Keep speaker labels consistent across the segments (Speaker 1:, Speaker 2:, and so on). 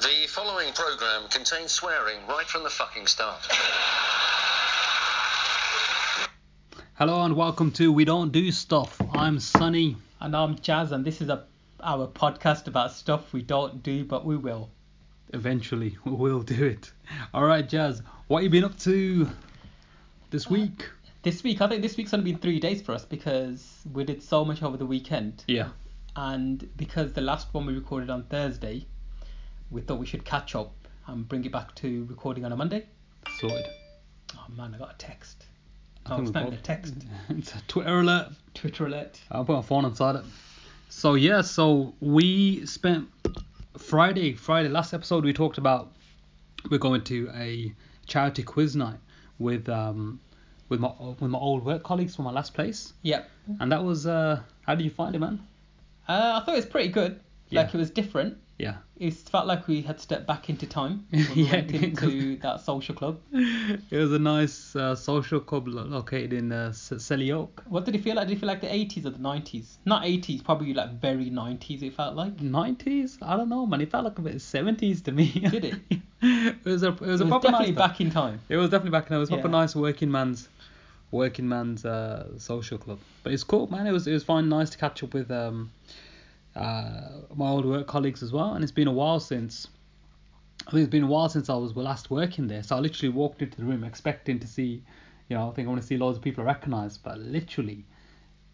Speaker 1: The following program contains swearing right from the fucking start.
Speaker 2: Hello and welcome to We Don't Do Stuff. I'm Sunny.
Speaker 3: And I'm Jazz, and this is a, our podcast about stuff we don't do, but we will.
Speaker 2: Eventually, we'll do it. All right, Jazz. What you been up to this week?
Speaker 3: This week, I think this week's only been three days for us because we did so much over the weekend.
Speaker 2: Yeah.
Speaker 3: And because the last one we recorded on Thursday, we thought we should catch up and bring it back to recording on a Monday.
Speaker 2: Sorted.
Speaker 3: Oh man, I got a text.
Speaker 2: I
Speaker 3: Oh,
Speaker 2: think
Speaker 3: it's
Speaker 2: we've
Speaker 3: not
Speaker 2: got-
Speaker 3: even a text.
Speaker 2: It's a Twitter alert.
Speaker 3: Twitter alert.
Speaker 2: I'll put my phone inside it. So yeah, so we spent Friday, Friday last episode we talked about we're going to a charity quiz night with um with my with my old work colleagues from my last place,
Speaker 3: Yep.
Speaker 2: and that was uh how did you find it, man?
Speaker 3: Uh, I thought it was pretty good. Like
Speaker 2: Yeah.
Speaker 3: it was different.
Speaker 2: Yeah.
Speaker 3: It felt like we had stepped back into time when we
Speaker 2: Yeah,
Speaker 3: went into that social club.
Speaker 2: It was a nice uh, social club lo- located in uh, S- Selly Oak.
Speaker 3: What did it feel like? Did it feel like the 80s or the 90s? Not 80s, probably like very 90s it felt like.
Speaker 2: 90s? I don't know, man. It felt like a bit 70s to me.
Speaker 3: Did it?
Speaker 2: it was a it was
Speaker 3: It
Speaker 2: a
Speaker 3: was
Speaker 2: proper nice
Speaker 3: definitely back in time.
Speaker 2: It was definitely back in. It was a proper
Speaker 3: Yeah.
Speaker 2: nice working man's working man's uh, social club. But it's cool, man. It was it was fine, nice to catch up with um uh my old work colleagues as well. And it's been a while since. I think it's been a while since I was last working there. So I literally walked into the room expecting to see, you know, I think I want to see loads of people I recognise, but literally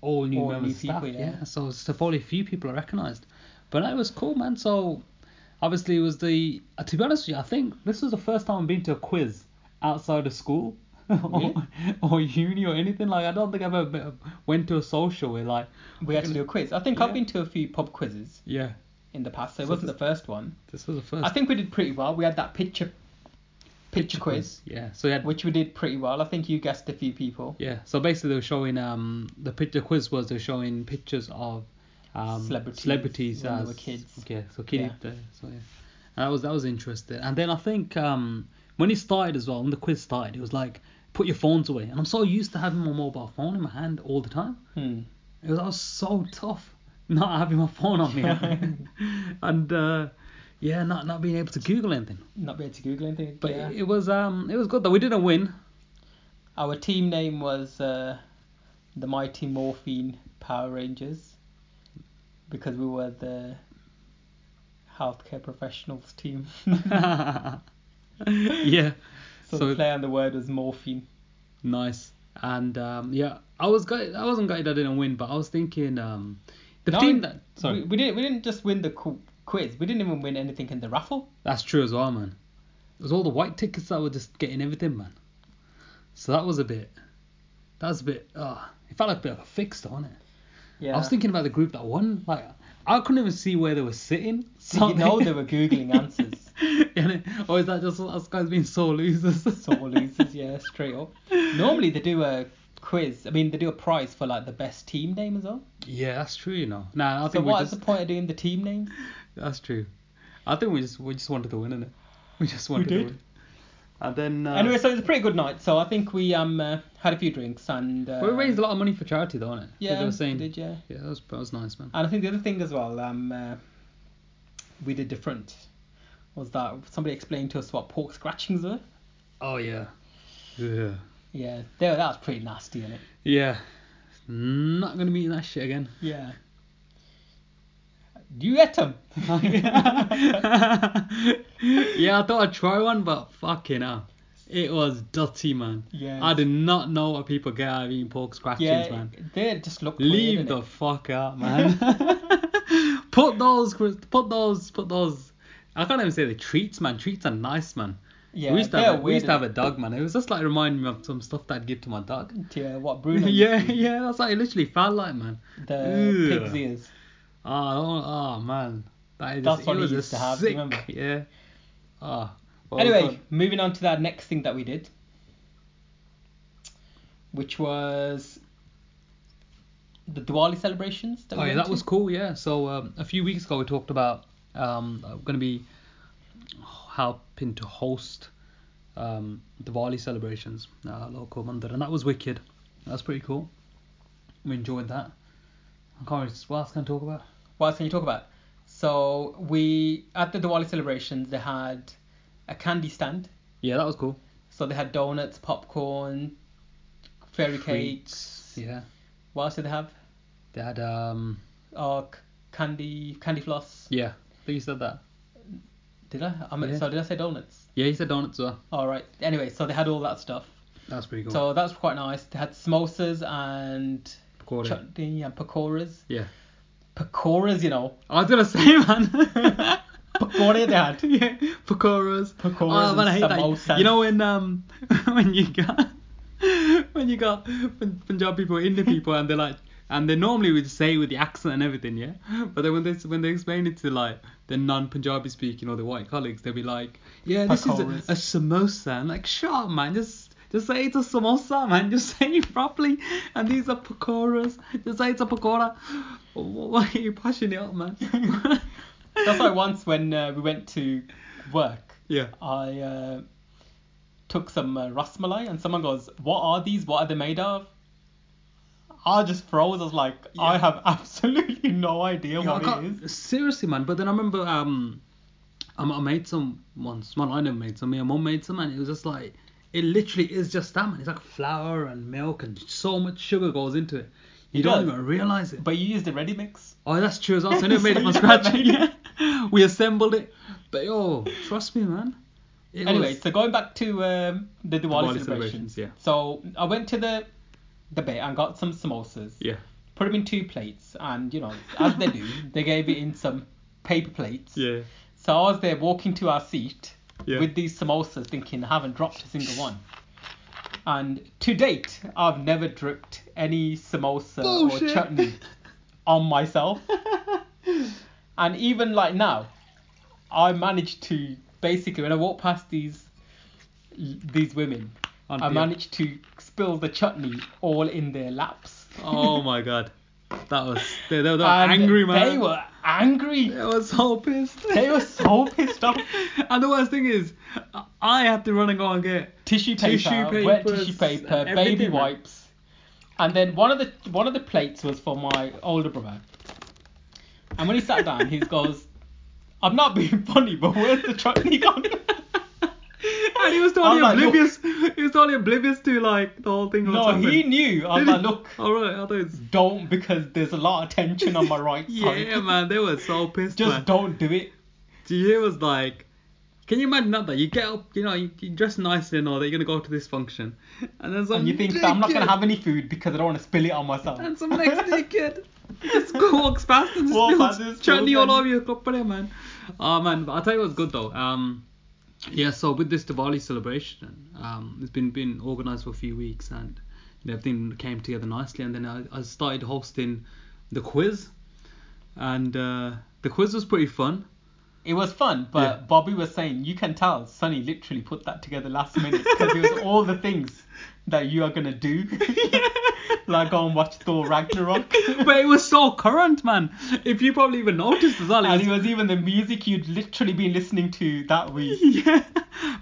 Speaker 2: all new
Speaker 3: All
Speaker 2: members
Speaker 3: new
Speaker 2: of staff.
Speaker 3: people,
Speaker 2: yeah.
Speaker 3: yeah.
Speaker 2: So it's just only a few people I recognised. But that was cool, man. So obviously it was the uh, to be honest with you, I think this was the first time I've been to a quiz outside of school or, or uni or anything. Like I don't think I've ever been- went to a social where like
Speaker 3: We had to do a quiz. I think
Speaker 2: Yeah.
Speaker 3: I've been to a few pub quizzes
Speaker 2: yeah,
Speaker 3: in the past, so it
Speaker 2: So
Speaker 3: wasn't
Speaker 2: this-
Speaker 3: the first one.
Speaker 2: this was the first
Speaker 3: I think we did pretty well. We had that picture picture quiz,
Speaker 2: Yeah, so we had
Speaker 3: which we did pretty well. I think you guessed a few people.
Speaker 2: yeah, so basically they were showing um the picture quiz was they were showing pictures of um
Speaker 3: Celebrities
Speaker 2: celebrities
Speaker 3: when they
Speaker 2: as
Speaker 3: were kids.
Speaker 2: okay so kiddie
Speaker 3: Yeah.
Speaker 2: day, so yeah. And that was that was interesting and then I think um when it started as well when the quiz started it was like put your phones away and I'm so used to having my mobile phone in my hand all the time
Speaker 3: Hmm.
Speaker 2: It was, that was so tough not having my phone on me and uh, yeah, not not being able to Google anything.
Speaker 3: Not be able to Google anything.
Speaker 2: But
Speaker 3: yeah.
Speaker 2: it was um it was good though. We didn't win.
Speaker 3: Our team name was uh, the Mighty Morphine Power Rangers because we were the healthcare professionals team.
Speaker 2: yeah,
Speaker 3: So,
Speaker 2: So-
Speaker 3: the play on the word was morphine.
Speaker 2: nice. And um, yeah, I was gutted. I wasn't gutted I didn't win, but I was thinking um the
Speaker 3: No,
Speaker 2: team
Speaker 3: we-
Speaker 2: that sorry
Speaker 3: We, we didn't. We didn't just win the qu- quiz. We didn't even win anything in the raffle.
Speaker 2: that's true as well, man. It was all the white tickets that were just getting everything, man. So that was a bit. That was a bit. Uh, it felt like a bit of a fix, though, wasn't it?
Speaker 3: Yeah.
Speaker 2: I was thinking about the group that won. Like, I couldn't even see where they were sitting.
Speaker 3: Did you know they were googling answers?
Speaker 2: And it- or is that just us guys being sore losers?
Speaker 3: Sort of losers. Yeah, straight up. Normally they do a quiz. I mean, they do a prize for like the best team name as well.
Speaker 2: Yeah, that's true. You know. Nah, I
Speaker 3: So
Speaker 2: think we
Speaker 3: what's
Speaker 2: just.
Speaker 3: the point of doing the team names?
Speaker 2: That's true. I think we just we just wanted to win, innit? We just wanted to
Speaker 3: did.
Speaker 2: win. And then. Uh,
Speaker 3: Anyway, so it was a pretty good night. So I think we um uh, had a few drinks and. Uh,
Speaker 2: we raised a lot of money for charity, though, innit?
Speaker 3: Yeah,
Speaker 2: They were saying.
Speaker 3: did yeah.
Speaker 2: Yeah, that was, that was nice, man.
Speaker 3: And I think the other thing as well, um, uh, we did different. Was that somebody explained to us what pork scratchings were?
Speaker 2: Oh yeah. Yeah.
Speaker 3: Yeah, they were, that was pretty nasty, innit?
Speaker 2: Yeah. Not gonna be eating that shit again.
Speaker 3: Yeah. You get them.
Speaker 2: yeah, I thought I'd try one, but fucking hell. It was dirty, man.
Speaker 3: Yes.
Speaker 2: I did not know what people get out of eating pork scratchings,
Speaker 3: yeah,
Speaker 2: man.
Speaker 3: they just look.
Speaker 2: Leave
Speaker 3: weird,
Speaker 2: the
Speaker 3: innit?
Speaker 2: fuck out, man. put those, put those, put those. I can't even say the treats, man. Treats are nice, man.
Speaker 3: Yeah,
Speaker 2: we used to
Speaker 3: they
Speaker 2: have,
Speaker 3: are
Speaker 2: a, we used to
Speaker 3: weird,
Speaker 2: have a dog, man. It was just like reminding me of some stuff that I'd give to my dog.
Speaker 3: innit? Yeah, what Bruno?
Speaker 2: yeah,
Speaker 3: used to
Speaker 2: yeah, that's what it literally felt like, man.
Speaker 3: eat, The
Speaker 2: Ew.
Speaker 3: pig's ears.
Speaker 2: Oh, I don't- oh man, that is
Speaker 3: That's
Speaker 2: just, it
Speaker 3: what he
Speaker 2: was a
Speaker 3: used to have,
Speaker 2: sick,
Speaker 3: remember?
Speaker 2: yeah. Ah. well, we
Speaker 3: anyway,
Speaker 2: can't-
Speaker 3: moving on to that next thing that we did, which was the Diwali celebrations. That
Speaker 2: oh
Speaker 3: we
Speaker 2: yeah,
Speaker 3: went
Speaker 2: that
Speaker 3: to.
Speaker 2: was cool. Yeah, so um, a few weeks ago we talked about um, going to be helping to host um, Diwali celebrations, uh, local Mandir, and that was wicked. That's pretty cool. We enjoyed that. I can't really, what else can I talk about?
Speaker 3: What else can you talk about? So we at the Diwali celebrations they had a candy stand.
Speaker 2: Yeah, that was cool.
Speaker 3: So they had donuts, popcorn, fairy
Speaker 2: Treats.
Speaker 3: cakes.
Speaker 2: Yeah.
Speaker 3: What else did they have?
Speaker 2: They had um
Speaker 3: Oh, c- candy, candy floss.
Speaker 2: yeah. I think you said that.
Speaker 3: Did I? I mean,
Speaker 2: Yeah.
Speaker 3: So did I say donuts?
Speaker 2: Yeah, you said donuts as well.
Speaker 3: All right. Anyway, so they had all that stuff.
Speaker 2: That's pretty cool.
Speaker 3: So that's quite nice. They had samosas and
Speaker 2: Pecora.
Speaker 3: chutney and pakoras.
Speaker 2: yeah.
Speaker 3: Pakoras, you know.
Speaker 2: I was gonna say man.
Speaker 3: Pakora they had.
Speaker 2: yeah. Pakoras.
Speaker 3: Pakoras
Speaker 2: Oh man, I hate
Speaker 3: and
Speaker 2: that.
Speaker 3: samosas.
Speaker 2: You know when um when you got when you got Pun- Punjab people, Indian people, and they're like. And they normally would say with the accent and everything, yeah. But then when they when they explain it to like the non-Punjabi speaking or the white colleagues, they'll be like, "Yeah, this is
Speaker 3: Pakoras.
Speaker 2: a, a samosa." And like, "Shut up, man! Just just say it's a samosa, man! Just say it properly." And these are pakoras. Just say it's a pakora. Why are you pushing it up, man?
Speaker 3: That's why once when uh, we went to work,
Speaker 2: yeah.
Speaker 3: I uh, took some uh, rasmalai and someone goes, "What are these? What are they made of?" I just froze. I was like, "I
Speaker 2: Yeah.
Speaker 3: have absolutely no idea
Speaker 2: Yeah, I
Speaker 3: what it
Speaker 2: can't-
Speaker 3: is."
Speaker 2: Seriously, man. But then I remember um, I, I made some once. Man, I never made some. My mum made some, and it was just like it literally is just that, man. It's like flour and milk, and so much sugar goes into it. You
Speaker 3: It
Speaker 2: don't
Speaker 3: does.
Speaker 2: even realize it.
Speaker 3: But you used a ready mix.
Speaker 2: oh, that's true as well. So I never made it
Speaker 3: So
Speaker 2: from
Speaker 3: you
Speaker 2: scratch.
Speaker 3: haven't made it.
Speaker 2: Yeah. we assembled it. But yo, trust me, man. It
Speaker 3: anyway,
Speaker 2: was-
Speaker 3: so going back to um, the Diwali,
Speaker 2: Diwali
Speaker 3: celebrations.
Speaker 2: celebrations, yeah.
Speaker 3: So I went to the the bay and got some samosas.
Speaker 2: yeah,
Speaker 3: Put them in two plates, and you know, as they do, they gave it in some paper plates.
Speaker 2: yeah,
Speaker 3: So I was there walking to our seat
Speaker 2: Yeah.
Speaker 3: with these samosas, thinking I haven't dropped a single one. And to date, I've never dripped any samosa or
Speaker 2: Bullshit.
Speaker 3: chutney on myself. and even like now, I managed to basically when I walk past these these women,
Speaker 2: On
Speaker 3: I
Speaker 2: the-
Speaker 3: managed to spill the chutney all in their laps.
Speaker 2: oh my god, that was they, they were
Speaker 3: And
Speaker 2: angry, man.
Speaker 3: They were angry.
Speaker 2: They were so pissed.
Speaker 3: They were so pissed off.
Speaker 2: And the worst thing is, I- I had to run and go and get.
Speaker 3: tissue paper,
Speaker 2: Tissue
Speaker 3: wet
Speaker 2: papers,
Speaker 3: tissue paper,
Speaker 2: everything,
Speaker 3: baby
Speaker 2: man.
Speaker 3: wipes, and then one of the one of the plates was for my older brother. And when he sat down, he goes, "I'm not being funny, but where's the chutney gone?"
Speaker 2: And he was totally
Speaker 3: I'm like, look.
Speaker 2: oblivious. He was totally oblivious to like the whole thing.
Speaker 3: no, he knew. I was like, "Look,
Speaker 2: All right, I thought it's.
Speaker 3: don't because there's a lot of tension on my right side.
Speaker 2: Yeah, man, they were so pissed.
Speaker 3: Just
Speaker 2: man.
Speaker 3: don't do it."
Speaker 2: He was like, can you imagine that? Though? You get up, you know, you, you dress nicely and all that. You're gonna go to this function, and then some.
Speaker 3: And you think that I'm not gonna have any food because I don't want to spill it on myself.
Speaker 2: And some next dickhead just walks past and
Speaker 3: Walks
Speaker 2: just
Speaker 3: past
Speaker 2: spills
Speaker 3: and spills
Speaker 2: chutney all
Speaker 3: and-
Speaker 2: over your cup, man. Oh man, but I'll tell you what's good though. Um, yeah, so with this Diwali celebration, um, it's been been organised for a few weeks and you know, everything came together nicely. And then I, I started hosting the quiz, and uh, the quiz was pretty fun.
Speaker 3: It was fun, but
Speaker 2: Yeah.
Speaker 3: Bobby was saying you can tell Sonny literally put that together last minute because it was all the things that you are gonna do, like go and watch Thor Ragnarok.
Speaker 2: but it was so current, man. If you probably even noticed as well, it
Speaker 3: and
Speaker 2: was-
Speaker 3: it was even the music you'd literally been listening to that week.
Speaker 2: yeah,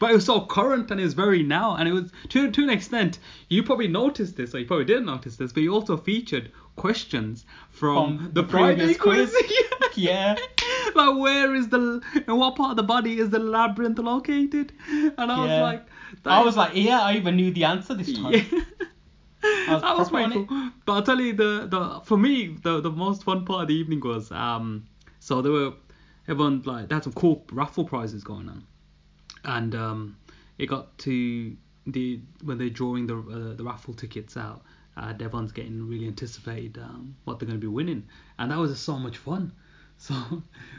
Speaker 2: but it was so current and it's very now, and it was to to an extent you probably noticed this, or you probably didn't notice this, but you also featured questions from,
Speaker 3: From
Speaker 2: the,
Speaker 3: the
Speaker 2: previous
Speaker 3: previous
Speaker 2: quiz.
Speaker 3: quiz. Yeah.
Speaker 2: Like where is the in what part of the body is the labyrinth located? And I was
Speaker 3: Yeah.
Speaker 2: like, that
Speaker 3: I
Speaker 2: is-
Speaker 3: was like, yeah, I even knew the answer this time.
Speaker 2: yeah.
Speaker 3: I was
Speaker 2: that was
Speaker 3: proper on
Speaker 2: pretty
Speaker 3: it.
Speaker 2: cool. But I'll tell you the, the for me the the most fun part of the evening was um so there were everyone like they had some cool raffle prizes going on, and um it got to the when they're drawing the uh, the raffle tickets out. Uh, everyone's getting really anticipated um, what they're going to be winning, and that was just so much fun. So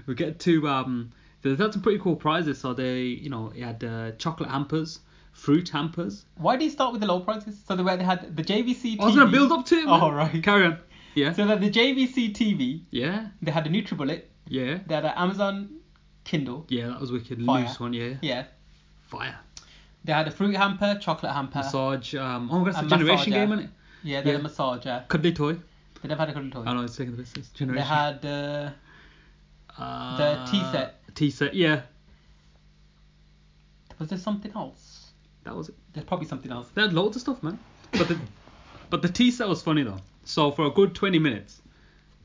Speaker 2: we get to um, they had some pretty cool prizes. So they, you know, it had uh, chocolate hampers, fruit hampers,
Speaker 3: Why do you start with the low prices? So the way they had the JVC TV.
Speaker 2: I was gonna build up to it. man.
Speaker 3: Oh right.
Speaker 2: Carry on. Yeah.
Speaker 3: So that the JVC TV,
Speaker 2: yeah.
Speaker 3: they had a NutriBullet,
Speaker 2: Yeah.
Speaker 3: they had an Amazon Kindle.
Speaker 2: Yeah. That was wicked.
Speaker 3: Fire.
Speaker 2: Loose one. Yeah.
Speaker 3: Yeah.
Speaker 2: Fire.
Speaker 3: They had a fruit hamper, chocolate hamper.
Speaker 2: Massage. Um. Oh my god,
Speaker 3: Uh, A
Speaker 2: it's a generation
Speaker 3: massager.
Speaker 2: game, isn't it?
Speaker 3: Yeah, they
Speaker 2: Yeah.
Speaker 3: had a massager.
Speaker 2: Could they toy?
Speaker 3: They never had a cuddle toy.
Speaker 2: Oh no, it's taking the business. Generation.
Speaker 3: they had uh,
Speaker 2: uh,
Speaker 3: the tea set.
Speaker 2: Tea set. Yeah.
Speaker 3: was there something else?
Speaker 2: That was it.
Speaker 3: There's probably something else.
Speaker 2: They had loads of stuff, man. But the but the tea set was funny though. So for a good 20 minutes,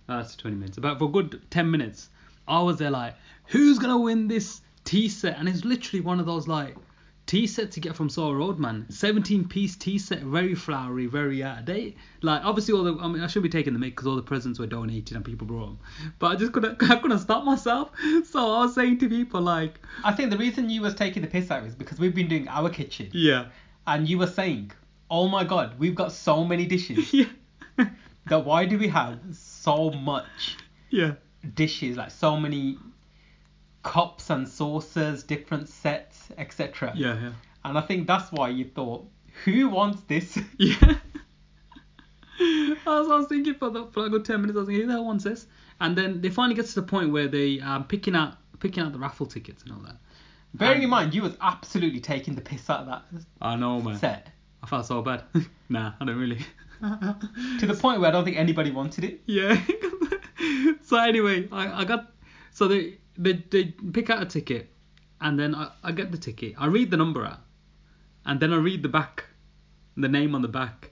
Speaker 2: uh, that's 20 minutes. About for a good 10 minutes, I was there like, who's gonna win this tea set? And it's literally one of those like tea sets you get from Soul Road, man. 17 piece tea set, very flowery, very out of date. Like obviously all the, I mean I shouldn't be taking the mic because all the presents were donated and people brought them, but I just couldn't, I couldn't stop myself. So I was saying to people like,
Speaker 3: I think the reason you was taking the piss out is because we've been doing our kitchen,
Speaker 2: yeah,
Speaker 3: and you were saying, "Oh my God, we've got so many dishes.
Speaker 2: yeah,
Speaker 3: that why do we have so much
Speaker 2: yeah,
Speaker 3: dishes? Like so many cups and saucers, different sets, etc."
Speaker 2: yeah,
Speaker 3: And I think that's why you thought, "Who wants this?"
Speaker 2: yeah, yeah. I was, I was thinking for the for like a good ten minutes. I was thinking, who the hell wants this? And then they finally gets to the point where they um picking out picking out the raffle tickets and all that.
Speaker 3: Bearing in mind, you was absolutely taking the piss out of that
Speaker 2: I know, man.
Speaker 3: set
Speaker 2: I felt so bad. nah, I don't really.
Speaker 3: to the point where I don't think anybody wanted it.
Speaker 2: Yeah. so anyway, I, I got so they, they they pick out a ticket, and then I, I get the ticket. I read the number out, and then I read the back, the name on the back,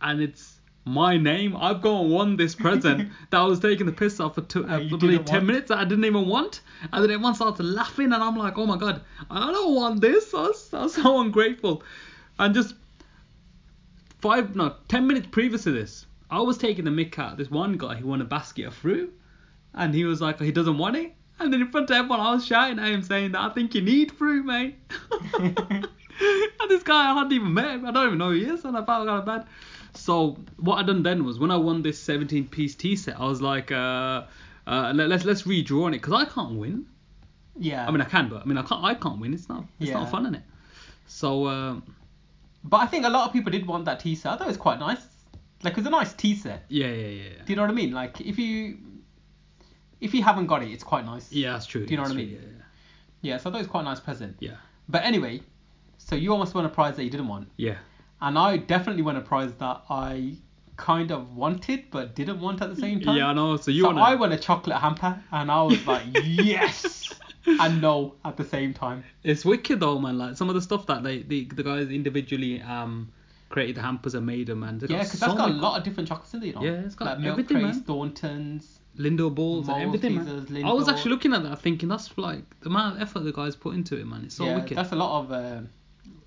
Speaker 2: and it's my name. I've gone and won this present that I was taking the piss off for two, uh,
Speaker 3: you
Speaker 2: probably
Speaker 3: didn't
Speaker 2: ten
Speaker 3: want.
Speaker 2: minutes that I didn't even want, and then everyone started laughing, and I'm like, oh my god, I don't want this. I was, I was so ungrateful, and just five no ten minutes previous to this, I was taking the mick out. of This one guy who won a basket of fruit, and he was like, he doesn't want it. And then in front of everyone, I was shouting at him saying that I think you need fruit, mate. and this guy I hadn't even met him. I don't even know who he is, and I felt kind of bad. So what I done then was when I won this 17-piece tea set, I was like, uh, uh, let, let's let's redraw on it because I can't win.
Speaker 3: Yeah.
Speaker 2: I mean I can, but I mean I can't I can't win. It's not it's
Speaker 3: Yeah.
Speaker 2: not fun in it. So um,
Speaker 3: But I think a lot of people did want that tea set. I thought it was quite nice. Like it was a nice tea set.
Speaker 2: yeah yeah yeah. yeah.
Speaker 3: Do you know what I mean? Like if you if you haven't got it, it's quite nice.
Speaker 2: Yeah, that's true.
Speaker 3: Do you know
Speaker 2: that's
Speaker 3: what I
Speaker 2: true,
Speaker 3: mean? Yeah, so I thought it was quite a nice present.
Speaker 2: Yeah,
Speaker 3: But anyway, so you almost won a prize that you didn't want.
Speaker 2: yeah, yeah.
Speaker 3: And I definitely won a prize that I kind of wanted but didn't want at the same
Speaker 2: Yeah,
Speaker 3: time.
Speaker 2: I know. So you
Speaker 3: so
Speaker 2: want
Speaker 3: I won a chocolate hamper and I was like, Yes and no at the same time.
Speaker 2: It's wicked though, man. Like some of the stuff that they, the the guys individually um created the hampers and made them, man. They
Speaker 3: Yeah,
Speaker 2: got
Speaker 3: because
Speaker 2: so
Speaker 3: that's got a
Speaker 2: many-
Speaker 3: lot of different chocolates in there, you know.
Speaker 2: Yeah, it's got
Speaker 3: like Milk
Speaker 2: everything,
Speaker 3: Craze,
Speaker 2: man.
Speaker 3: Thornton's.
Speaker 2: Lindo balls
Speaker 3: Moles,
Speaker 2: and everything, man.
Speaker 3: Caesars,
Speaker 2: I was
Speaker 3: Lindor.
Speaker 2: actually looking at that, thinking that's like the amount of effort the guys put into it, man. It's so
Speaker 3: yeah,
Speaker 2: wicked.
Speaker 3: that's a lot of um,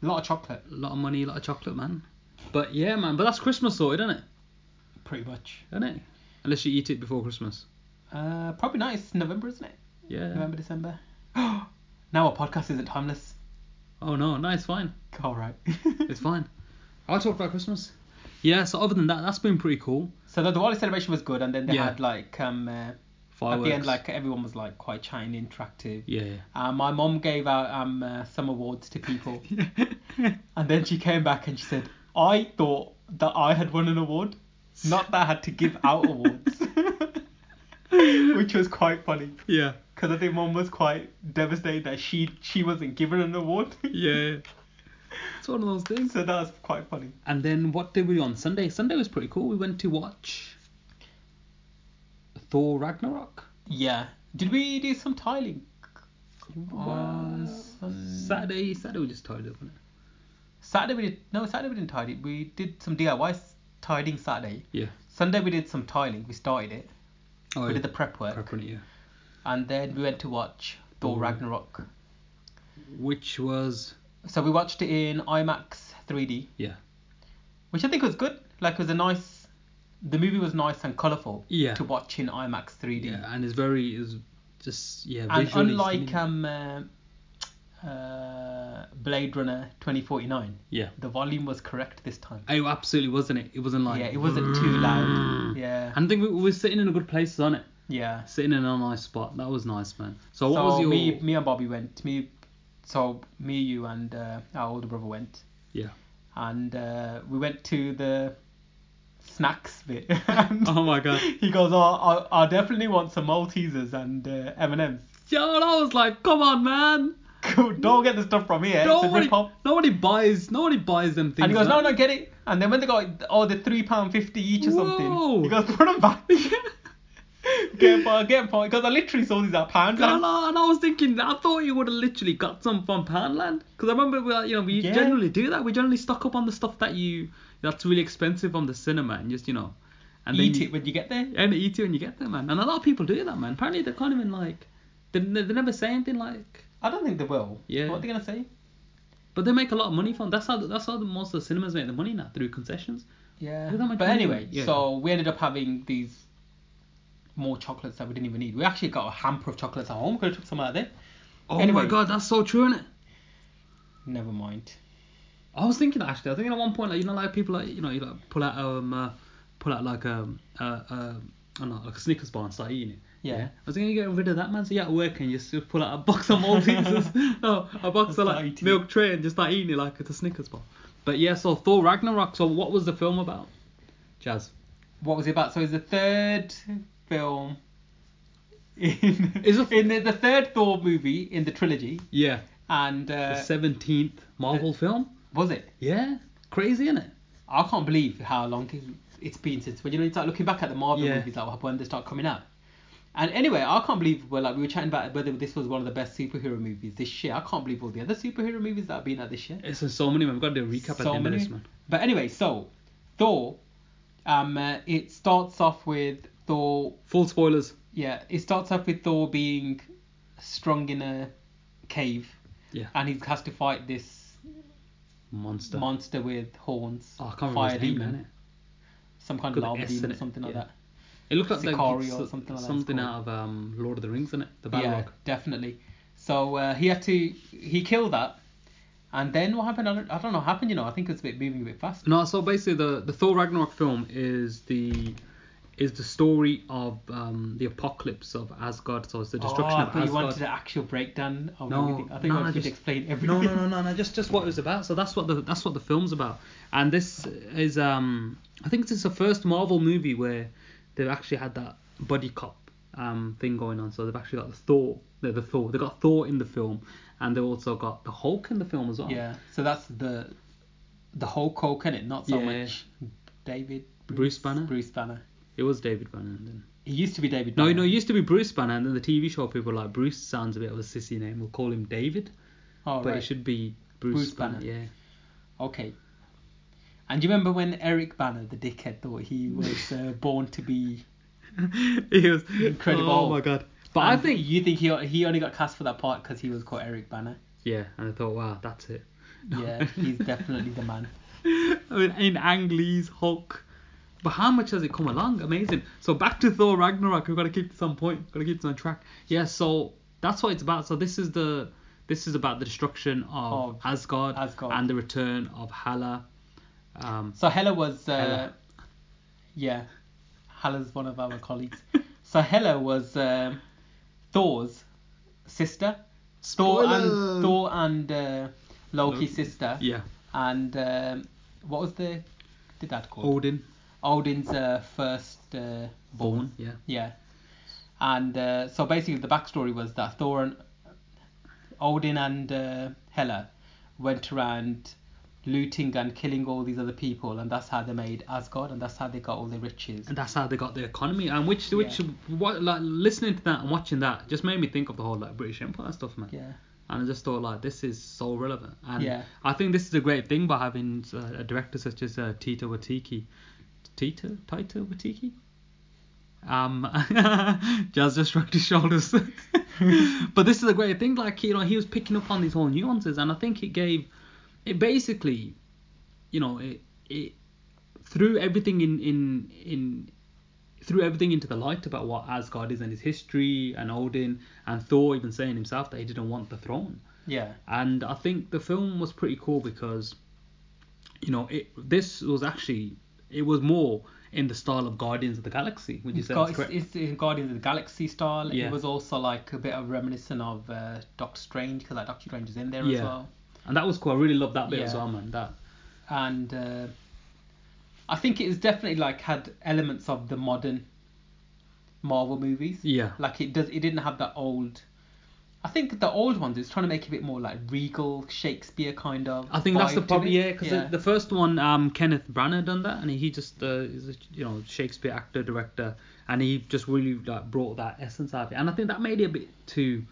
Speaker 3: a lot of chocolate,
Speaker 2: A lot of money, a lot of chocolate, man. But yeah, man. But that's Christmas sorted, isn't it?
Speaker 3: pretty much.
Speaker 2: Isn't it? Unless you eat it before Christmas.
Speaker 3: Uh, probably not. It's November, isn't it?
Speaker 2: Yeah.
Speaker 3: November, December. now our podcast isn't timeless.
Speaker 2: Oh no, no, it's fine.
Speaker 3: All right.
Speaker 2: It's fine. I'll talk about Christmas. Yeah. So other than that, that's been pretty cool.
Speaker 3: so the Diwali celebration was good, and then they
Speaker 2: Yeah.
Speaker 3: had like um uh,
Speaker 2: Fireworks.
Speaker 3: at the end, like everyone was like quite chatting, interactive.
Speaker 2: Yeah. yeah.
Speaker 3: Uh, my mom gave out um uh, some awards to people, and then she came back and she said, "I thought that I had won an award, not that I had to give out awards," which was quite funny.
Speaker 2: Yeah.
Speaker 3: Because I think mom was quite devastated that she she wasn't given an award.
Speaker 2: Yeah. It's one of those things.
Speaker 3: so that was quite funny.
Speaker 2: And then what did we do on Sunday? Sunday was pretty cool. We went to watch Thor Ragnarok.
Speaker 3: Yeah. Did we do some tiling?
Speaker 2: Uh, Well, Saturday, Saturday we just tied up on it.
Speaker 3: Saturday we did no Saturday we didn't tidy. We did some DIY s- tidying Saturday.
Speaker 2: Yeah.
Speaker 3: Sunday we did some tiling. We started it.
Speaker 2: Oh,
Speaker 3: We did the prep work,
Speaker 2: prep on it, yeah.
Speaker 3: and then we went to watch Thor
Speaker 2: Thor.
Speaker 3: Ragnarok.
Speaker 2: Which was
Speaker 3: So we watched it in IMAX 3D,
Speaker 2: yeah.
Speaker 3: which I think was good. Like it was a nice. The movie was nice and colourful
Speaker 2: Yeah.
Speaker 3: to watch in IMAX 3D.
Speaker 2: Yeah, and it's very is just yeah.
Speaker 3: And
Speaker 2: visually
Speaker 3: unlike
Speaker 2: stimulating.
Speaker 3: um, uh, uh, Blade Runner 2049,
Speaker 2: yeah.
Speaker 3: the volume was correct this time.
Speaker 2: Oh, absolutely, wasn't it? It wasn't like
Speaker 3: yeah, it wasn't too loud. Yeah.
Speaker 2: Mm. And I think we, we were sitting in a good place, on it?
Speaker 3: Yeah.
Speaker 2: Sitting in a nice spot. That was nice, man. So
Speaker 3: So
Speaker 2: what was your
Speaker 3: me, me and Bobby went. Me, so me, you, and uh, our older brother went,
Speaker 2: yeah?
Speaker 3: and uh, we went to the snacks bit. and
Speaker 2: Oh my god.
Speaker 3: He goes, oh, I, I definitely want some Maltesers and uh, M&Ms.
Speaker 2: Yo, and I was like, come on, man.
Speaker 3: Don't get the stuff from here. It's a
Speaker 2: Nobody,
Speaker 3: rip-off.
Speaker 2: nobody buys, nobody buys them things.
Speaker 3: And he goes, no,
Speaker 2: man.
Speaker 3: no, get it. And then when they got, oh, the three pound fifty each or
Speaker 2: Whoa.
Speaker 3: something, he goes, put them back. get 'em for, get 'em for, because I literally saw these at
Speaker 2: And
Speaker 3: Poundland.
Speaker 2: I, and I was thinking, I thought you would have literally got some from Poundland, because I remember, we, like, you know, we
Speaker 3: Yeah.
Speaker 2: generally do that. We generally stock up on the stuff that you that's really expensive on the cinema, and just you know, and
Speaker 3: Eat
Speaker 2: then you-
Speaker 3: it when you get there.
Speaker 2: and they eat it when you get there, man. And a lot of people do that, man. Apparently they can't even like, they, they they never say anything like,
Speaker 3: I don't think they will.
Speaker 2: Yeah.
Speaker 3: What are they gonna say?
Speaker 2: but they make a lot of money from. That's how that's how the, most of the cinemas make the money now through concessions.
Speaker 3: Yeah.
Speaker 2: Look how much
Speaker 3: But
Speaker 2: money-
Speaker 3: anyway,
Speaker 2: yeah.
Speaker 3: so we ended up having these more chocolates that we didn't even need. We actually got a hamper of chocolates at home. Could have took some out of there.
Speaker 2: Oh my
Speaker 3: Anyway.
Speaker 2: god, that's so true, is it?
Speaker 3: Never mind.
Speaker 2: I was thinking actually, I was thinking at one point like you know like people like you know you like pull out um uh, pull out like um uh, uh I don't know like a Snickers bar and start eating it.
Speaker 3: Yeah.
Speaker 2: I was thinking you get rid of that man. So you're at work and you just pull out a box of Maltesers, no, a box of
Speaker 3: Start
Speaker 2: like
Speaker 3: eating.
Speaker 2: milk tray and just start eating it like it's a Snickers bar. But yeah, so Thor Ragnarok. So what was the film about? Jazz.
Speaker 3: What was it about? So it's the third film. In,
Speaker 2: Is it-
Speaker 3: in the, the third Thor movie in the trilogy,
Speaker 2: Yeah.
Speaker 3: and
Speaker 2: The
Speaker 3: uh,
Speaker 2: seventeenth Marvel film.
Speaker 3: was it?
Speaker 2: Yeah. Crazy, isn't it?
Speaker 3: I can't believe how long it- it's been since when you know you start looking back at the Marvel
Speaker 2: Yeah.
Speaker 3: movies like when they start coming out. And anyway, I can't believe we're like we were chatting about whether this was one of the best superhero movies this year. I can't believe all the other superhero movies that have been out this year.
Speaker 2: It's so many. man. We've got to do a recap at the
Speaker 3: So
Speaker 2: end of
Speaker 3: many.
Speaker 2: this, man.
Speaker 3: But anyway, so Thor, um, uh, it starts off with Thor.
Speaker 2: Full spoilers.
Speaker 3: Yeah, it starts off with Thor being strung in a cave,
Speaker 2: Yeah.
Speaker 3: and he has to fight this
Speaker 2: Monster.
Speaker 3: monster with horns.
Speaker 2: oh, I can't remember his name,
Speaker 3: demon,
Speaker 2: man. it?
Speaker 3: some kind of
Speaker 2: Got the
Speaker 3: lava
Speaker 2: S
Speaker 3: demon,
Speaker 2: in
Speaker 3: or
Speaker 2: it,
Speaker 3: something like
Speaker 2: yeah.
Speaker 3: that.
Speaker 2: It looked like the-
Speaker 3: Sicario or
Speaker 2: so-
Speaker 3: something like that it's
Speaker 2: something
Speaker 3: called.
Speaker 2: out of um, Lord of the Rings, isn't it? The Balrog.
Speaker 3: definitely. So uh, he had to he killed that, and then what happened? I don't, I don't know. What happened? You know, I think it's a bit moving a bit fast.
Speaker 2: No, so basically the the Thor Ragnarok film is the is the story of um, the apocalypse of Asgard. So it's the destruction
Speaker 3: oh, I
Speaker 2: of
Speaker 3: thought
Speaker 2: Asgard.
Speaker 3: you wanted an actual breakdown of
Speaker 2: No,
Speaker 3: everything. I think
Speaker 2: no,
Speaker 3: I
Speaker 2: I
Speaker 3: should
Speaker 2: just-
Speaker 3: explain
Speaker 2: no,
Speaker 3: everything.
Speaker 2: no, no, no, no. Just, just what it was about. So that's what the that's what the film's about. And this is, um, I think this is the first Marvel movie where they've actually had that buddy cop um thing going on. So they've actually got the Thor, the, the Thor. They got Thor in the film, and they've also got the Hulk in the film as well.
Speaker 3: Yeah. So that's the the whole Hulk in it, not so
Speaker 2: Yeah.
Speaker 3: much David
Speaker 2: Bruce Banner?
Speaker 3: Bruce Banner.
Speaker 2: It was David Banner. Then.
Speaker 3: He used to be David.
Speaker 2: No,
Speaker 3: Banner.
Speaker 2: no, it used to be Bruce Banner, and then the TV show people were like Bruce sounds a bit of a sissy name. We'll call him David,
Speaker 3: Oh,
Speaker 2: but
Speaker 3: right.
Speaker 2: it should be Bruce,
Speaker 3: Bruce
Speaker 2: Banner.
Speaker 3: Banner.
Speaker 2: Yeah.
Speaker 3: Okay. And do you remember when Eric Banner, the dickhead, thought he was uh, born to be?
Speaker 2: it was
Speaker 3: Incredible.
Speaker 2: Oh my god. But I
Speaker 3: And
Speaker 2: think
Speaker 3: you think he he only got cast for that part because he was called Eric Banner.
Speaker 2: Yeah, and I thought, wow, that's it.
Speaker 3: Yeah, he's definitely the man.
Speaker 2: I mean, in Ang Lee's Hulk. But how much has it come along? Amazing. So back to Thor Ragnarok. We've got to keep this on point. Got to keep this on track. Yeah. So that's what it's about. So this is the this is about the destruction of,
Speaker 3: Of
Speaker 2: Asgard,
Speaker 3: Asgard.
Speaker 2: and the return of Hela. Um,
Speaker 3: So Hella was, uh,
Speaker 2: Hela.
Speaker 3: yeah, Hella's one of our colleagues. So Hella was um, Thor's sister. Thor
Speaker 2: Spoiler!
Speaker 3: and Thor and uh, Loki's
Speaker 2: Loki.
Speaker 3: sister.
Speaker 2: yeah.
Speaker 3: And um, what was the did that called?
Speaker 2: Odin.
Speaker 3: Odin's uh, first uh,
Speaker 2: Born. Yeah.
Speaker 3: Yeah. And uh, so basically, the backstory was that Thor and Odin and uh, Hela went around looting and killing all these other people, and that's how they made Asgard, and that's how they got all the riches.
Speaker 2: and that's how they got the economy. And which
Speaker 3: Yeah.
Speaker 2: which what like listening to that and watching that just made me think of the whole like British Empire stuff, man.
Speaker 3: Yeah.
Speaker 2: And I just thought like this is so relevant. And
Speaker 3: Yeah.
Speaker 2: I think this is a great thing by having uh, a director such as uh, Tito Watiki. Tito Tito Watiki. Um, Jazz just shrugged his shoulders. but this is a great thing. Like you know, he was picking up on these whole nuances, and I think it gave it basically, you know, it it threw everything in in in threw everything into the light about what Asgard is and his history and Odin and Thor even saying himself that he didn't want the throne.
Speaker 3: Yeah.
Speaker 2: And I think the film was pretty cool because, you know, it this was actually it was more in the style of Guardians of the Galaxy. Would you
Speaker 3: It's,
Speaker 2: say
Speaker 3: got,
Speaker 2: that's
Speaker 3: it's,
Speaker 2: correct?
Speaker 3: it's in Guardians of the Galaxy style.
Speaker 2: Yeah.
Speaker 3: It was also like a bit of reminiscent of uh, Doctor Strange because like Doctor Strange is in there as
Speaker 2: Yeah.
Speaker 3: well.
Speaker 2: And that was cool. I really loved that bit as
Speaker 3: Yeah.
Speaker 2: well, man. That
Speaker 3: and uh, I think it is definitely like had elements of the modern Marvel movies.
Speaker 2: Yeah.
Speaker 3: Like it does, it didn't have that old. I think the old ones it's trying to make it a bit more like regal Shakespeare kind of.
Speaker 2: I think that's
Speaker 3: vibe
Speaker 2: the
Speaker 3: to
Speaker 2: problem,
Speaker 3: it.
Speaker 2: yeah, because
Speaker 3: yeah.
Speaker 2: the first one, um, Kenneth Branagh done that, and he just uh, is a you know Shakespeare actor director, and he just really like brought that essence out of it, and I think that made it a bit too.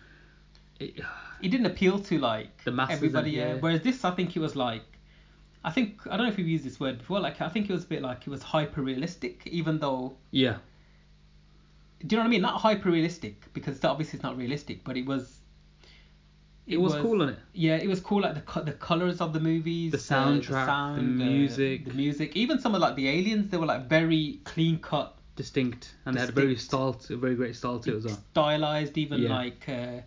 Speaker 2: It,
Speaker 3: it didn't appeal to like
Speaker 2: The masses and-
Speaker 3: everybody.
Speaker 2: yeah.
Speaker 3: Whereas this, I think it was like I think I don't know if we've used this word before. Like I think it was a bit like it was hyper realistic, even though
Speaker 2: Yeah.
Speaker 3: do you know what I mean? Not hyper realistic because obviously it's not realistic, but it was.
Speaker 2: It, was, cool on it.
Speaker 3: Yeah, it was cool. Like the co- the colors of the movies, uh,
Speaker 2: The soundtrack, the music.
Speaker 3: the music. Even some of like the aliens, they were like very clean cut,
Speaker 2: Distinct. And they had a very
Speaker 3: Distinct.
Speaker 2: style, to, a very great style to it as well.
Speaker 3: stylized. Even
Speaker 2: Yeah.
Speaker 3: like uh,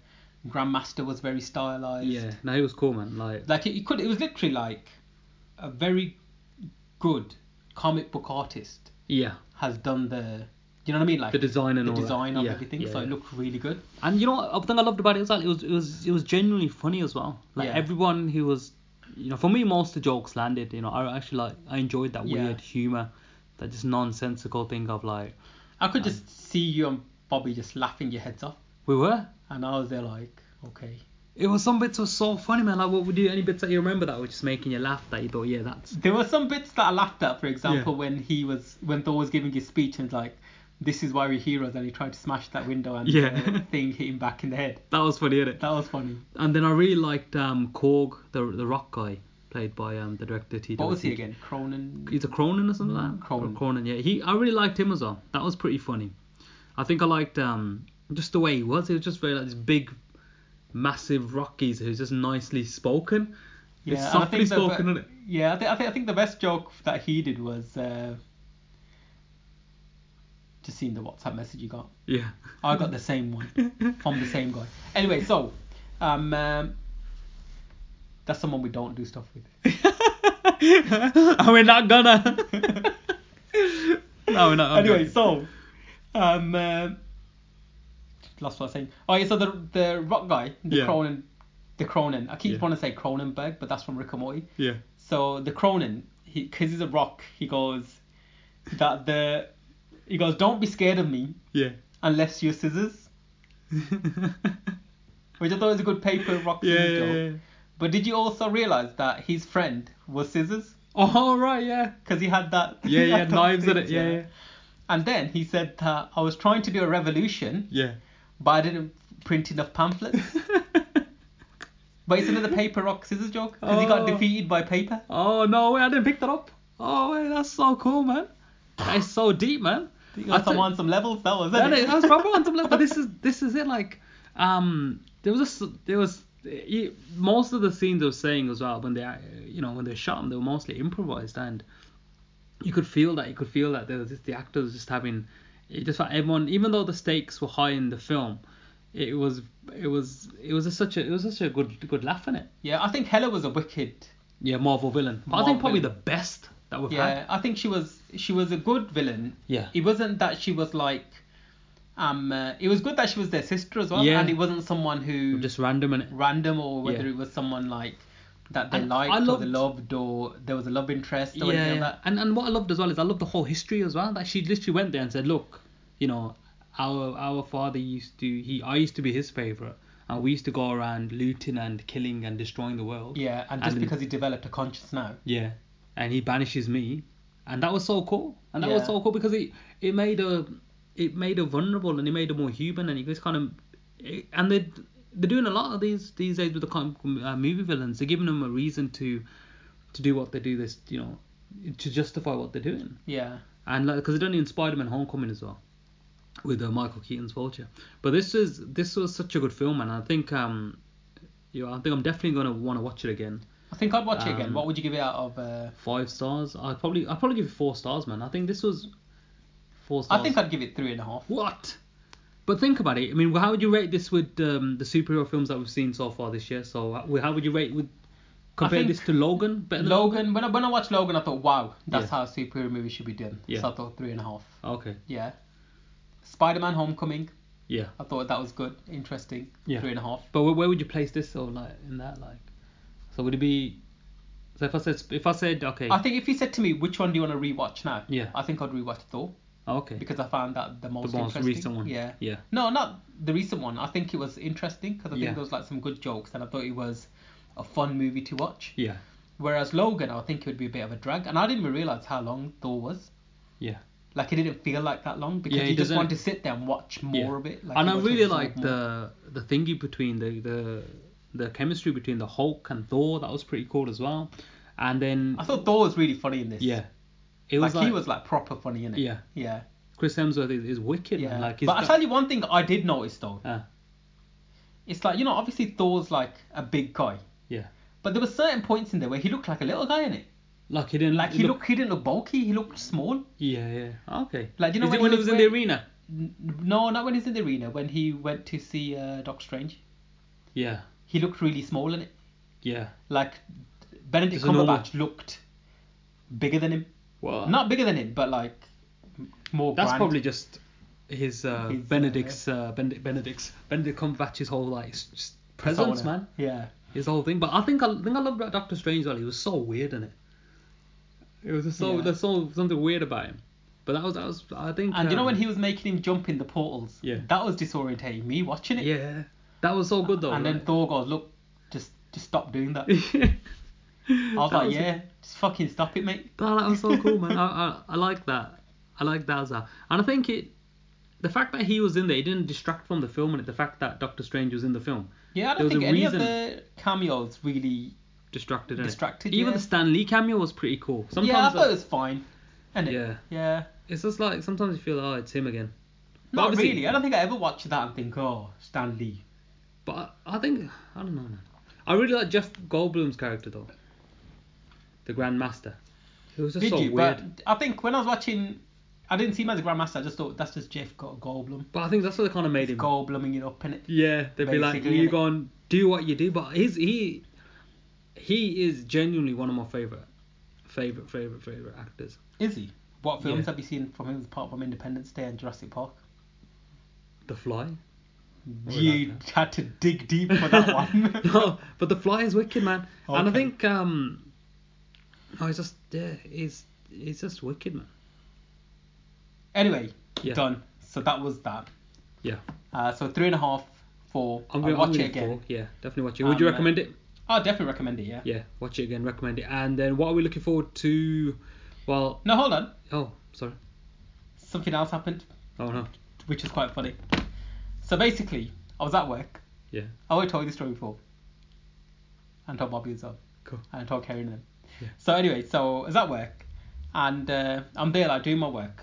Speaker 3: Grandmaster was very stylized.
Speaker 2: Yeah. No, it was cool, man. Like,
Speaker 3: Like it, it could. It was literally like a very good comic book artist
Speaker 2: yeah.
Speaker 3: has done the. You know what I mean? Like
Speaker 2: The design and
Speaker 3: the
Speaker 2: all
Speaker 3: design
Speaker 2: that.
Speaker 3: of
Speaker 2: yeah,
Speaker 3: everything.
Speaker 2: yeah,
Speaker 3: so it
Speaker 2: yeah.
Speaker 3: looked really good.
Speaker 2: And you know what? The thing I loved about it was that it was it was it was genuinely funny as well. Like
Speaker 3: Yeah.
Speaker 2: everyone who was, you know, for me most of the jokes landed. You know, I actually like I enjoyed that
Speaker 3: Yeah.
Speaker 2: weird humor, that just nonsensical thing of like
Speaker 3: I could
Speaker 2: Um,
Speaker 3: just see you and Bobby just laughing your heads off,
Speaker 2: we were.
Speaker 3: and I was there like, okay,
Speaker 2: It was some bits were so funny, man. Like what would you any bits that you remember that were just making you laugh that you thought, yeah, that's
Speaker 3: There were some bits that I laughed at, for example, when he was when Thor was giving his speech and like, "This is why we're heroes," and he tried to smash that window and
Speaker 2: Yeah.
Speaker 3: the thing hit him back in the head.
Speaker 2: that was funny, innit?
Speaker 3: That was funny.
Speaker 2: And then I really liked um Korg, the the rock guy, played by um the director T.
Speaker 3: What was he again? Cronin.
Speaker 2: He's a Cronin or something like that.
Speaker 3: Cronin.
Speaker 2: Or Cronin, yeah. He, I really liked him as well. That was pretty funny. I think I liked um just the way he was. He was just very like this big, massive rock geezer who's just nicely spoken.
Speaker 3: Yeah,
Speaker 2: it's
Speaker 3: and I
Speaker 2: softly
Speaker 3: think the,
Speaker 2: spoken, isn't it?
Speaker 3: Yeah, I, thi- I, think I think the best joke that he did was uh, just seeing the WhatsApp message you got.
Speaker 2: Yeah.
Speaker 3: I got the same one from the same guy. Anyway, so um, um, that's someone we don't do stuff with.
Speaker 2: and we're not gonna. no, we're not. I'm
Speaker 3: anyway,
Speaker 2: joking.
Speaker 3: so um, uh, lost what I was saying. Oh yeah, so the the rock guy, the
Speaker 2: Yeah.
Speaker 3: Cronin, the Cronin. I keep
Speaker 2: Yeah.
Speaker 3: wanting to say Cronenberg, but that's from Rick and Morty.
Speaker 2: Yeah.
Speaker 3: So the Cronin, he because he's a rock, he goes that the he goes, don't be scared of me
Speaker 2: Yeah.
Speaker 3: unless you're scissors, which I thought was a good paper rock
Speaker 2: yeah,
Speaker 3: scissors
Speaker 2: yeah,
Speaker 3: joke.
Speaker 2: yeah.
Speaker 3: But did you also realize that his friend was scissors?
Speaker 2: Oh right, yeah.
Speaker 3: Because he had that.
Speaker 2: Yeah,
Speaker 3: he
Speaker 2: yeah, knives in
Speaker 3: things,
Speaker 2: it. Yeah, yeah.
Speaker 3: And then he said that I was trying to do a revolution,
Speaker 2: Yeah.
Speaker 3: but I didn't print enough pamphlets. but it's another paper rock scissors joke because he got
Speaker 2: Oh.
Speaker 3: defeated by paper.
Speaker 2: Oh no way! I didn't pick that up. Oh wait, that's so cool, man. That's so deep, man.
Speaker 3: He
Speaker 2: I
Speaker 3: got
Speaker 2: thought-
Speaker 3: some on some levels. That was
Speaker 2: That
Speaker 3: it.
Speaker 2: is, that's proper on some level. But this is this is it. Like, um, there was a s- there was you- most of the scenes I was saying as well when they uh, you know when they shot them they were mostly improvised and you could feel that you could feel that there was just the actors just having it just like everyone even though the stakes were high in the film it was it was it was just such a it was such a good good laugh in it.
Speaker 3: Yeah, I think Hella was a wicked.
Speaker 2: Yeah, Marvel villain. But I think
Speaker 3: Marvel
Speaker 2: probably
Speaker 3: villain.
Speaker 2: the best that we've had.
Speaker 3: Yeah, I think she was she was a good villain.
Speaker 2: Yeah.
Speaker 3: It wasn't that she was like, um, uh, it was good that she was their sister as well,
Speaker 2: Yeah.
Speaker 3: and it wasn't someone who
Speaker 2: Just random and
Speaker 3: random or whether
Speaker 2: Yeah.
Speaker 3: it was someone like that they
Speaker 2: And
Speaker 3: liked
Speaker 2: I
Speaker 3: or they loved or there was a love interest or anything like that.
Speaker 2: And and what I loved as well is I loved the whole history as well. That she literally went there and said, look, you know, our our father used to he I used to be his favorite, and we used to go around looting and killing and destroying the world.
Speaker 3: Yeah, and just
Speaker 2: And-
Speaker 3: because he developed a conscience now.
Speaker 2: Yeah. And he banishes me, and that was so cool. And that was
Speaker 3: Yeah.
Speaker 2: so cool because it it made her it made her vulnerable and it made her more human and it just kind of it, and they they're doing a lot of these these days with the kind of, uh, movie villains. They're giving them a reason to to do what they do. This you know to justify what they're doing.
Speaker 3: Yeah.
Speaker 2: And like because they're done in Spider-Man: Homecoming as well with uh, Michael Keaton's Vulture. But this is this was such a good film, and I think um you know, I think I'm definitely gonna want to watch it again
Speaker 3: I think I'd watch it again.
Speaker 2: Um,
Speaker 3: What would you give it out of? Uh,
Speaker 2: five stars. I'd probably I'd probably give it four stars, man. I think this was four stars.
Speaker 3: I think I'd give it three and a half.
Speaker 2: what? But think about it. I mean, how would you rate this with um, the superhero films that we've seen so far this year? So uh, how how would you rate with compare
Speaker 3: think
Speaker 2: this to Logan? Better than
Speaker 3: Logan, when I, when I watched Logan, I thought, wow, that's
Speaker 2: Yeah.
Speaker 3: how superhero movies should be done.
Speaker 2: Yeah.
Speaker 3: So I thought three and a half.
Speaker 2: Oh, Okay.
Speaker 3: Yeah. Spider Man Homecoming,
Speaker 2: Yeah.
Speaker 3: I thought that was good, interesting.
Speaker 2: Yeah.
Speaker 3: Three and a half.
Speaker 2: But where, where would you place this or like in that like? So would it be? So if I said if I said okay.
Speaker 3: I think if you said to me, which one do you want to rewatch now?
Speaker 2: Yeah.
Speaker 3: I think I'd rewatch Thor
Speaker 2: Oh, okay.
Speaker 3: because I found that the most
Speaker 2: the most
Speaker 3: interesting.
Speaker 2: recent one.
Speaker 3: Yeah.
Speaker 2: Yeah.
Speaker 3: No, not the recent one. I think it was interesting because I
Speaker 2: Yeah.
Speaker 3: think there was like some good jokes, and I thought it was a fun movie to watch.
Speaker 2: Yeah.
Speaker 3: Whereas Logan, I think it would be a bit of a drag, and I didn't even realize how long Thor was.
Speaker 2: Yeah.
Speaker 3: Like it didn't feel like that long because
Speaker 2: Yeah, it
Speaker 3: you just
Speaker 2: doesn't-
Speaker 3: wanted to sit there and watch more
Speaker 2: Yeah.
Speaker 3: of it. Like
Speaker 2: and
Speaker 3: you
Speaker 2: I
Speaker 3: wanted to
Speaker 2: really
Speaker 3: absorb
Speaker 2: like
Speaker 3: more.
Speaker 2: the the thingy between the the the chemistry between the Hulk and Thor. That was pretty cool as well. And then
Speaker 3: I thought Thor was really funny in this.
Speaker 2: yeah, it
Speaker 3: like,
Speaker 2: was like,
Speaker 3: he was like proper funny in it.
Speaker 2: yeah,
Speaker 3: yeah,
Speaker 2: Chris Hemsworth is, is wicked.
Speaker 3: yeah.
Speaker 2: Man. Like he's
Speaker 3: but I
Speaker 2: got-
Speaker 3: tell you one thing I did notice though.
Speaker 2: Ah,
Speaker 3: It's like you know obviously Thor's like a big guy,
Speaker 2: yeah,
Speaker 3: but there were certain points in there where he looked like a little guy in it.
Speaker 2: like he didn't
Speaker 3: Like he
Speaker 2: look-
Speaker 3: looked he didn't look bulky. He looked small.
Speaker 2: Yeah, yeah, okay.
Speaker 3: Like, you know
Speaker 2: is
Speaker 3: when
Speaker 2: it when
Speaker 3: he
Speaker 2: he was
Speaker 3: was
Speaker 2: in the
Speaker 3: wearing-
Speaker 2: arena?
Speaker 3: N- No, not when he's in the arena. When he went to see uh, Doc Strange,
Speaker 2: Yeah,
Speaker 3: he looked really small in it.
Speaker 2: yeah.
Speaker 3: Like Benedict
Speaker 2: Just a normal-
Speaker 3: Cumberbatch looked bigger than him.
Speaker 2: Well,
Speaker 3: Not bigger than him, but like m- more.
Speaker 2: Ah. That's
Speaker 3: grand.
Speaker 2: probably just his, uh,
Speaker 3: His, uh,
Speaker 2: Benedict's uh, Benedict Benedict's Benedict Cumberbatch's whole like s- s- presence,
Speaker 3: Persona.
Speaker 2: man.
Speaker 3: Yeah.
Speaker 2: His whole thing. But I think I think I love about Doctor Strange though. He was so weird in it. It was just so
Speaker 3: Yeah.
Speaker 2: there's so something weird about him. But that was that was I think.
Speaker 3: And you know
Speaker 2: um,
Speaker 3: when he was making him jump in the portals?
Speaker 2: Yeah.
Speaker 3: That was disorientating me watching it.
Speaker 2: Yeah, that was so good though.
Speaker 3: and then
Speaker 2: right?
Speaker 3: Thor goes, look, just just stop doing that. I
Speaker 2: I
Speaker 3: was like, yeah, just fucking stop it, mate.
Speaker 2: Oh, that was so cool, man. I, I, I like that. I like that as well. And I think it, the fact that he was in there, it didn't distract from the film, and the fact that Doctor Strange was in the film
Speaker 3: Yeah, I
Speaker 2: There
Speaker 3: don't
Speaker 2: was
Speaker 3: think
Speaker 2: a
Speaker 3: any
Speaker 2: reason-
Speaker 3: of the cameos really.
Speaker 2: distracted. innit?
Speaker 3: Distracted,
Speaker 2: Even
Speaker 3: yeah.
Speaker 2: the Stan Lee cameo was pretty cool. Sometimes
Speaker 3: yeah, I thought
Speaker 2: uh,
Speaker 3: it was fine. And it,
Speaker 2: Yeah.
Speaker 3: yeah.
Speaker 2: it's just like sometimes you feel, oh, it's him again. But
Speaker 3: Not
Speaker 2: obviously-
Speaker 3: really. I don't think I ever watched that and think, oh, Stan Lee.
Speaker 2: But I, I think I don't know, man. I really like Jeff Goldblum's character though, the Grand Master. It was just
Speaker 3: Did
Speaker 2: so
Speaker 3: you?
Speaker 2: weird. But...
Speaker 3: But I think when I was watching, I didn't see him as a Grandmaster. I just thought that's just Jeff Go- Goldblum.
Speaker 2: I think that's what they kind of made him.
Speaker 3: Goldbluming it up in it.
Speaker 2: Yeah, they'd be like,
Speaker 3: Basically,
Speaker 2: you
Speaker 3: innit?
Speaker 2: go and do what you do. But he's he he is genuinely one of my favorite favorite favorite favorite actors.
Speaker 3: Is he? What films
Speaker 2: Yeah.
Speaker 3: have you seen from him apart from Independence Day and Jurassic Park?
Speaker 2: The Fly. Or
Speaker 3: you
Speaker 2: like
Speaker 3: had to dig deep for that one.
Speaker 2: no, but The Fly is wicked, man. And I
Speaker 3: Okay.
Speaker 2: think um, oh, he's just yeah, he's he's just wicked, man.
Speaker 3: anyway,
Speaker 2: Yeah.
Speaker 3: done. So that was that.
Speaker 2: Yeah,
Speaker 3: Uh, so three and a half, four.
Speaker 2: I'm
Speaker 3: I'll
Speaker 2: gonna
Speaker 3: watch
Speaker 2: I'm gonna
Speaker 3: it again.
Speaker 2: go- Yeah, definitely watch it. Would
Speaker 3: Um,
Speaker 2: you
Speaker 3: uh,
Speaker 2: recommend it?
Speaker 3: I'll definitely recommend it. Yeah.
Speaker 2: Yeah, watch it again. Recommend it. And then what are we looking forward to? Well,
Speaker 3: No, hold on.
Speaker 2: oh, sorry.
Speaker 3: Something else happened,
Speaker 2: Oh no.
Speaker 3: which is quite funny. So basically, I was at work.
Speaker 2: Yeah.
Speaker 3: I already told you this story before. And told Bobby as well.
Speaker 2: Cool.
Speaker 3: And told Kerry and them.
Speaker 2: Yeah.
Speaker 3: So anyway, so I was at work and uh, I'm there like doing my work,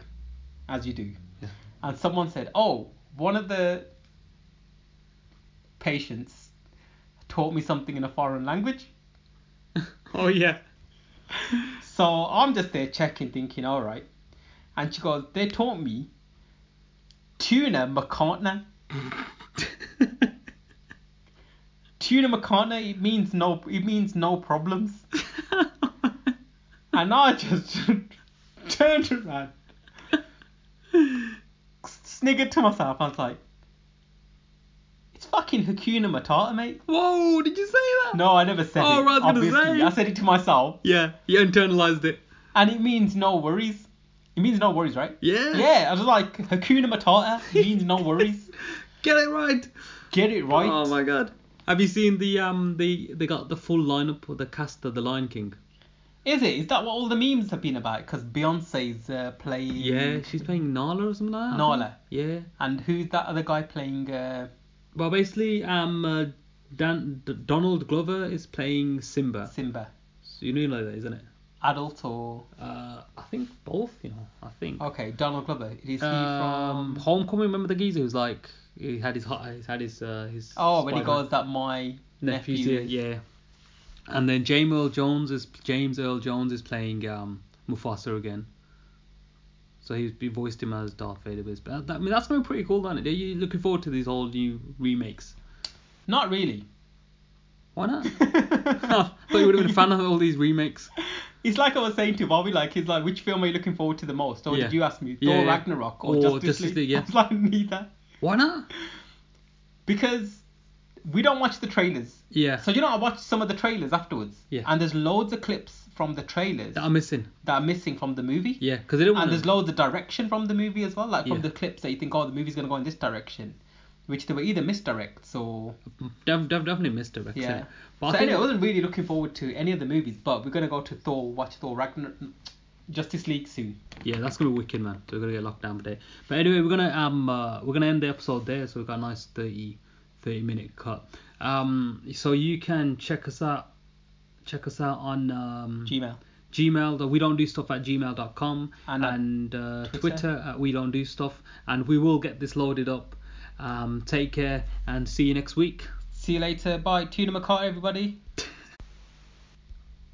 Speaker 3: as you do.
Speaker 2: Yeah.
Speaker 3: And someone said, Oh, one of the patients taught me something in a foreign language.
Speaker 2: Oh yeah.
Speaker 3: So I'm just there checking, thinking, all right. And she goes, they taught me tuna macartna. Tuna macartna, it means no, it means no problems. And I just turned around, sniggered to myself. I was like, it's fucking Hakuna Matata, mate.
Speaker 2: Whoa, did you say that?
Speaker 3: No, I never said
Speaker 2: Oh,
Speaker 3: it.
Speaker 2: I was gonna
Speaker 3: obviously,
Speaker 2: say.
Speaker 3: I said it to myself,
Speaker 2: Yeah, you internalized it.
Speaker 3: and it means no worries. It means no worries, right?
Speaker 2: Yeah.
Speaker 3: Yeah, I was like, Hakuna Matata means no worries.
Speaker 2: Get it right.
Speaker 3: Get it right.
Speaker 2: Oh my god. Have you seen the um the they got the full lineup of the cast of The Lion King?
Speaker 3: Is it? Is that what all the memes have been about? Because Beyonce's uh, playing.
Speaker 2: Yeah, she's playing Nala or something like that. I
Speaker 3: Nala.
Speaker 2: think. Yeah.
Speaker 3: And who's that other guy playing? Uh,
Speaker 2: Well, basically, um, uh, Dan D- Donald Glover is playing Simba.
Speaker 3: Simba.
Speaker 2: So you know like that, isn't it?
Speaker 3: Adult or
Speaker 2: Uh, I think both. You know, I think.
Speaker 3: okay, Donald Glover. Oh, Is he
Speaker 2: Um,
Speaker 3: from?
Speaker 2: Homecoming. Remember the geezer who's like he had his hot, he had his uh, his.
Speaker 3: Oh, when he
Speaker 2: Spider-Man.
Speaker 3: goes that my nephew.
Speaker 2: nephews, yeah, yeah. And then James Earl Jones is James Earl Jones is playing um, Mufasa again. So he's he voiced him as Darth Vader, but it's- but that, I mean that's going to be pretty cool, isn't it? Are you looking forward to these whole new remakes?
Speaker 3: Not really.
Speaker 2: Why not? Oh, I thought you would have been a fan of all these remakes.
Speaker 3: It's like I was saying to Bobby, like he's like, which film are you looking forward to the most? Or
Speaker 2: Yeah.
Speaker 3: did you ask me?
Speaker 2: Yeah,
Speaker 3: Thor
Speaker 2: yeah.
Speaker 3: Ragnarok or,
Speaker 2: Or
Speaker 3: Justice,
Speaker 2: Justice League,
Speaker 3: League?
Speaker 2: yeah.
Speaker 3: I was like neither,
Speaker 2: Why not?
Speaker 3: because we don't watch the trailers.
Speaker 2: Yeah,
Speaker 3: So you know, I watched some of the trailers afterwards.
Speaker 2: Yeah.
Speaker 3: And there's loads of clips from the trailers
Speaker 2: that I'm missing.
Speaker 3: that are missing from the movie.
Speaker 2: Yeah, because they don't
Speaker 3: And
Speaker 2: want.
Speaker 3: there's loads of direction from the movie as well, like from
Speaker 2: Yeah.
Speaker 3: the clips that you think, oh, the movie's gonna go in this direction, which they were either misdirects or
Speaker 2: Def, def, definitely missed it.
Speaker 3: yeah.
Speaker 2: But I
Speaker 3: so
Speaker 2: think-
Speaker 3: anyway, I wasn't really looking forward to any of the movies, but we're gonna go to Thor, watch Thor Ragnar, Justice League soon.
Speaker 2: Yeah, that's gonna be wicked, man. So we're gonna get locked down today. But anyway, we're gonna um uh, we're gonna end the episode there. So we've got a nice 30, 30 minute cut. Um, so you can check us out Check us out on um,
Speaker 3: Gmail.
Speaker 2: Gmail. Though we don't do stuff at gmail.com
Speaker 3: And
Speaker 2: and,
Speaker 3: at
Speaker 2: uh,
Speaker 3: Twitter.
Speaker 2: Twitter. at we don't do stuff. And we will get this loaded up. Um, take care and see you next week.
Speaker 3: See you later. Bye. Tuna Makata, everybody.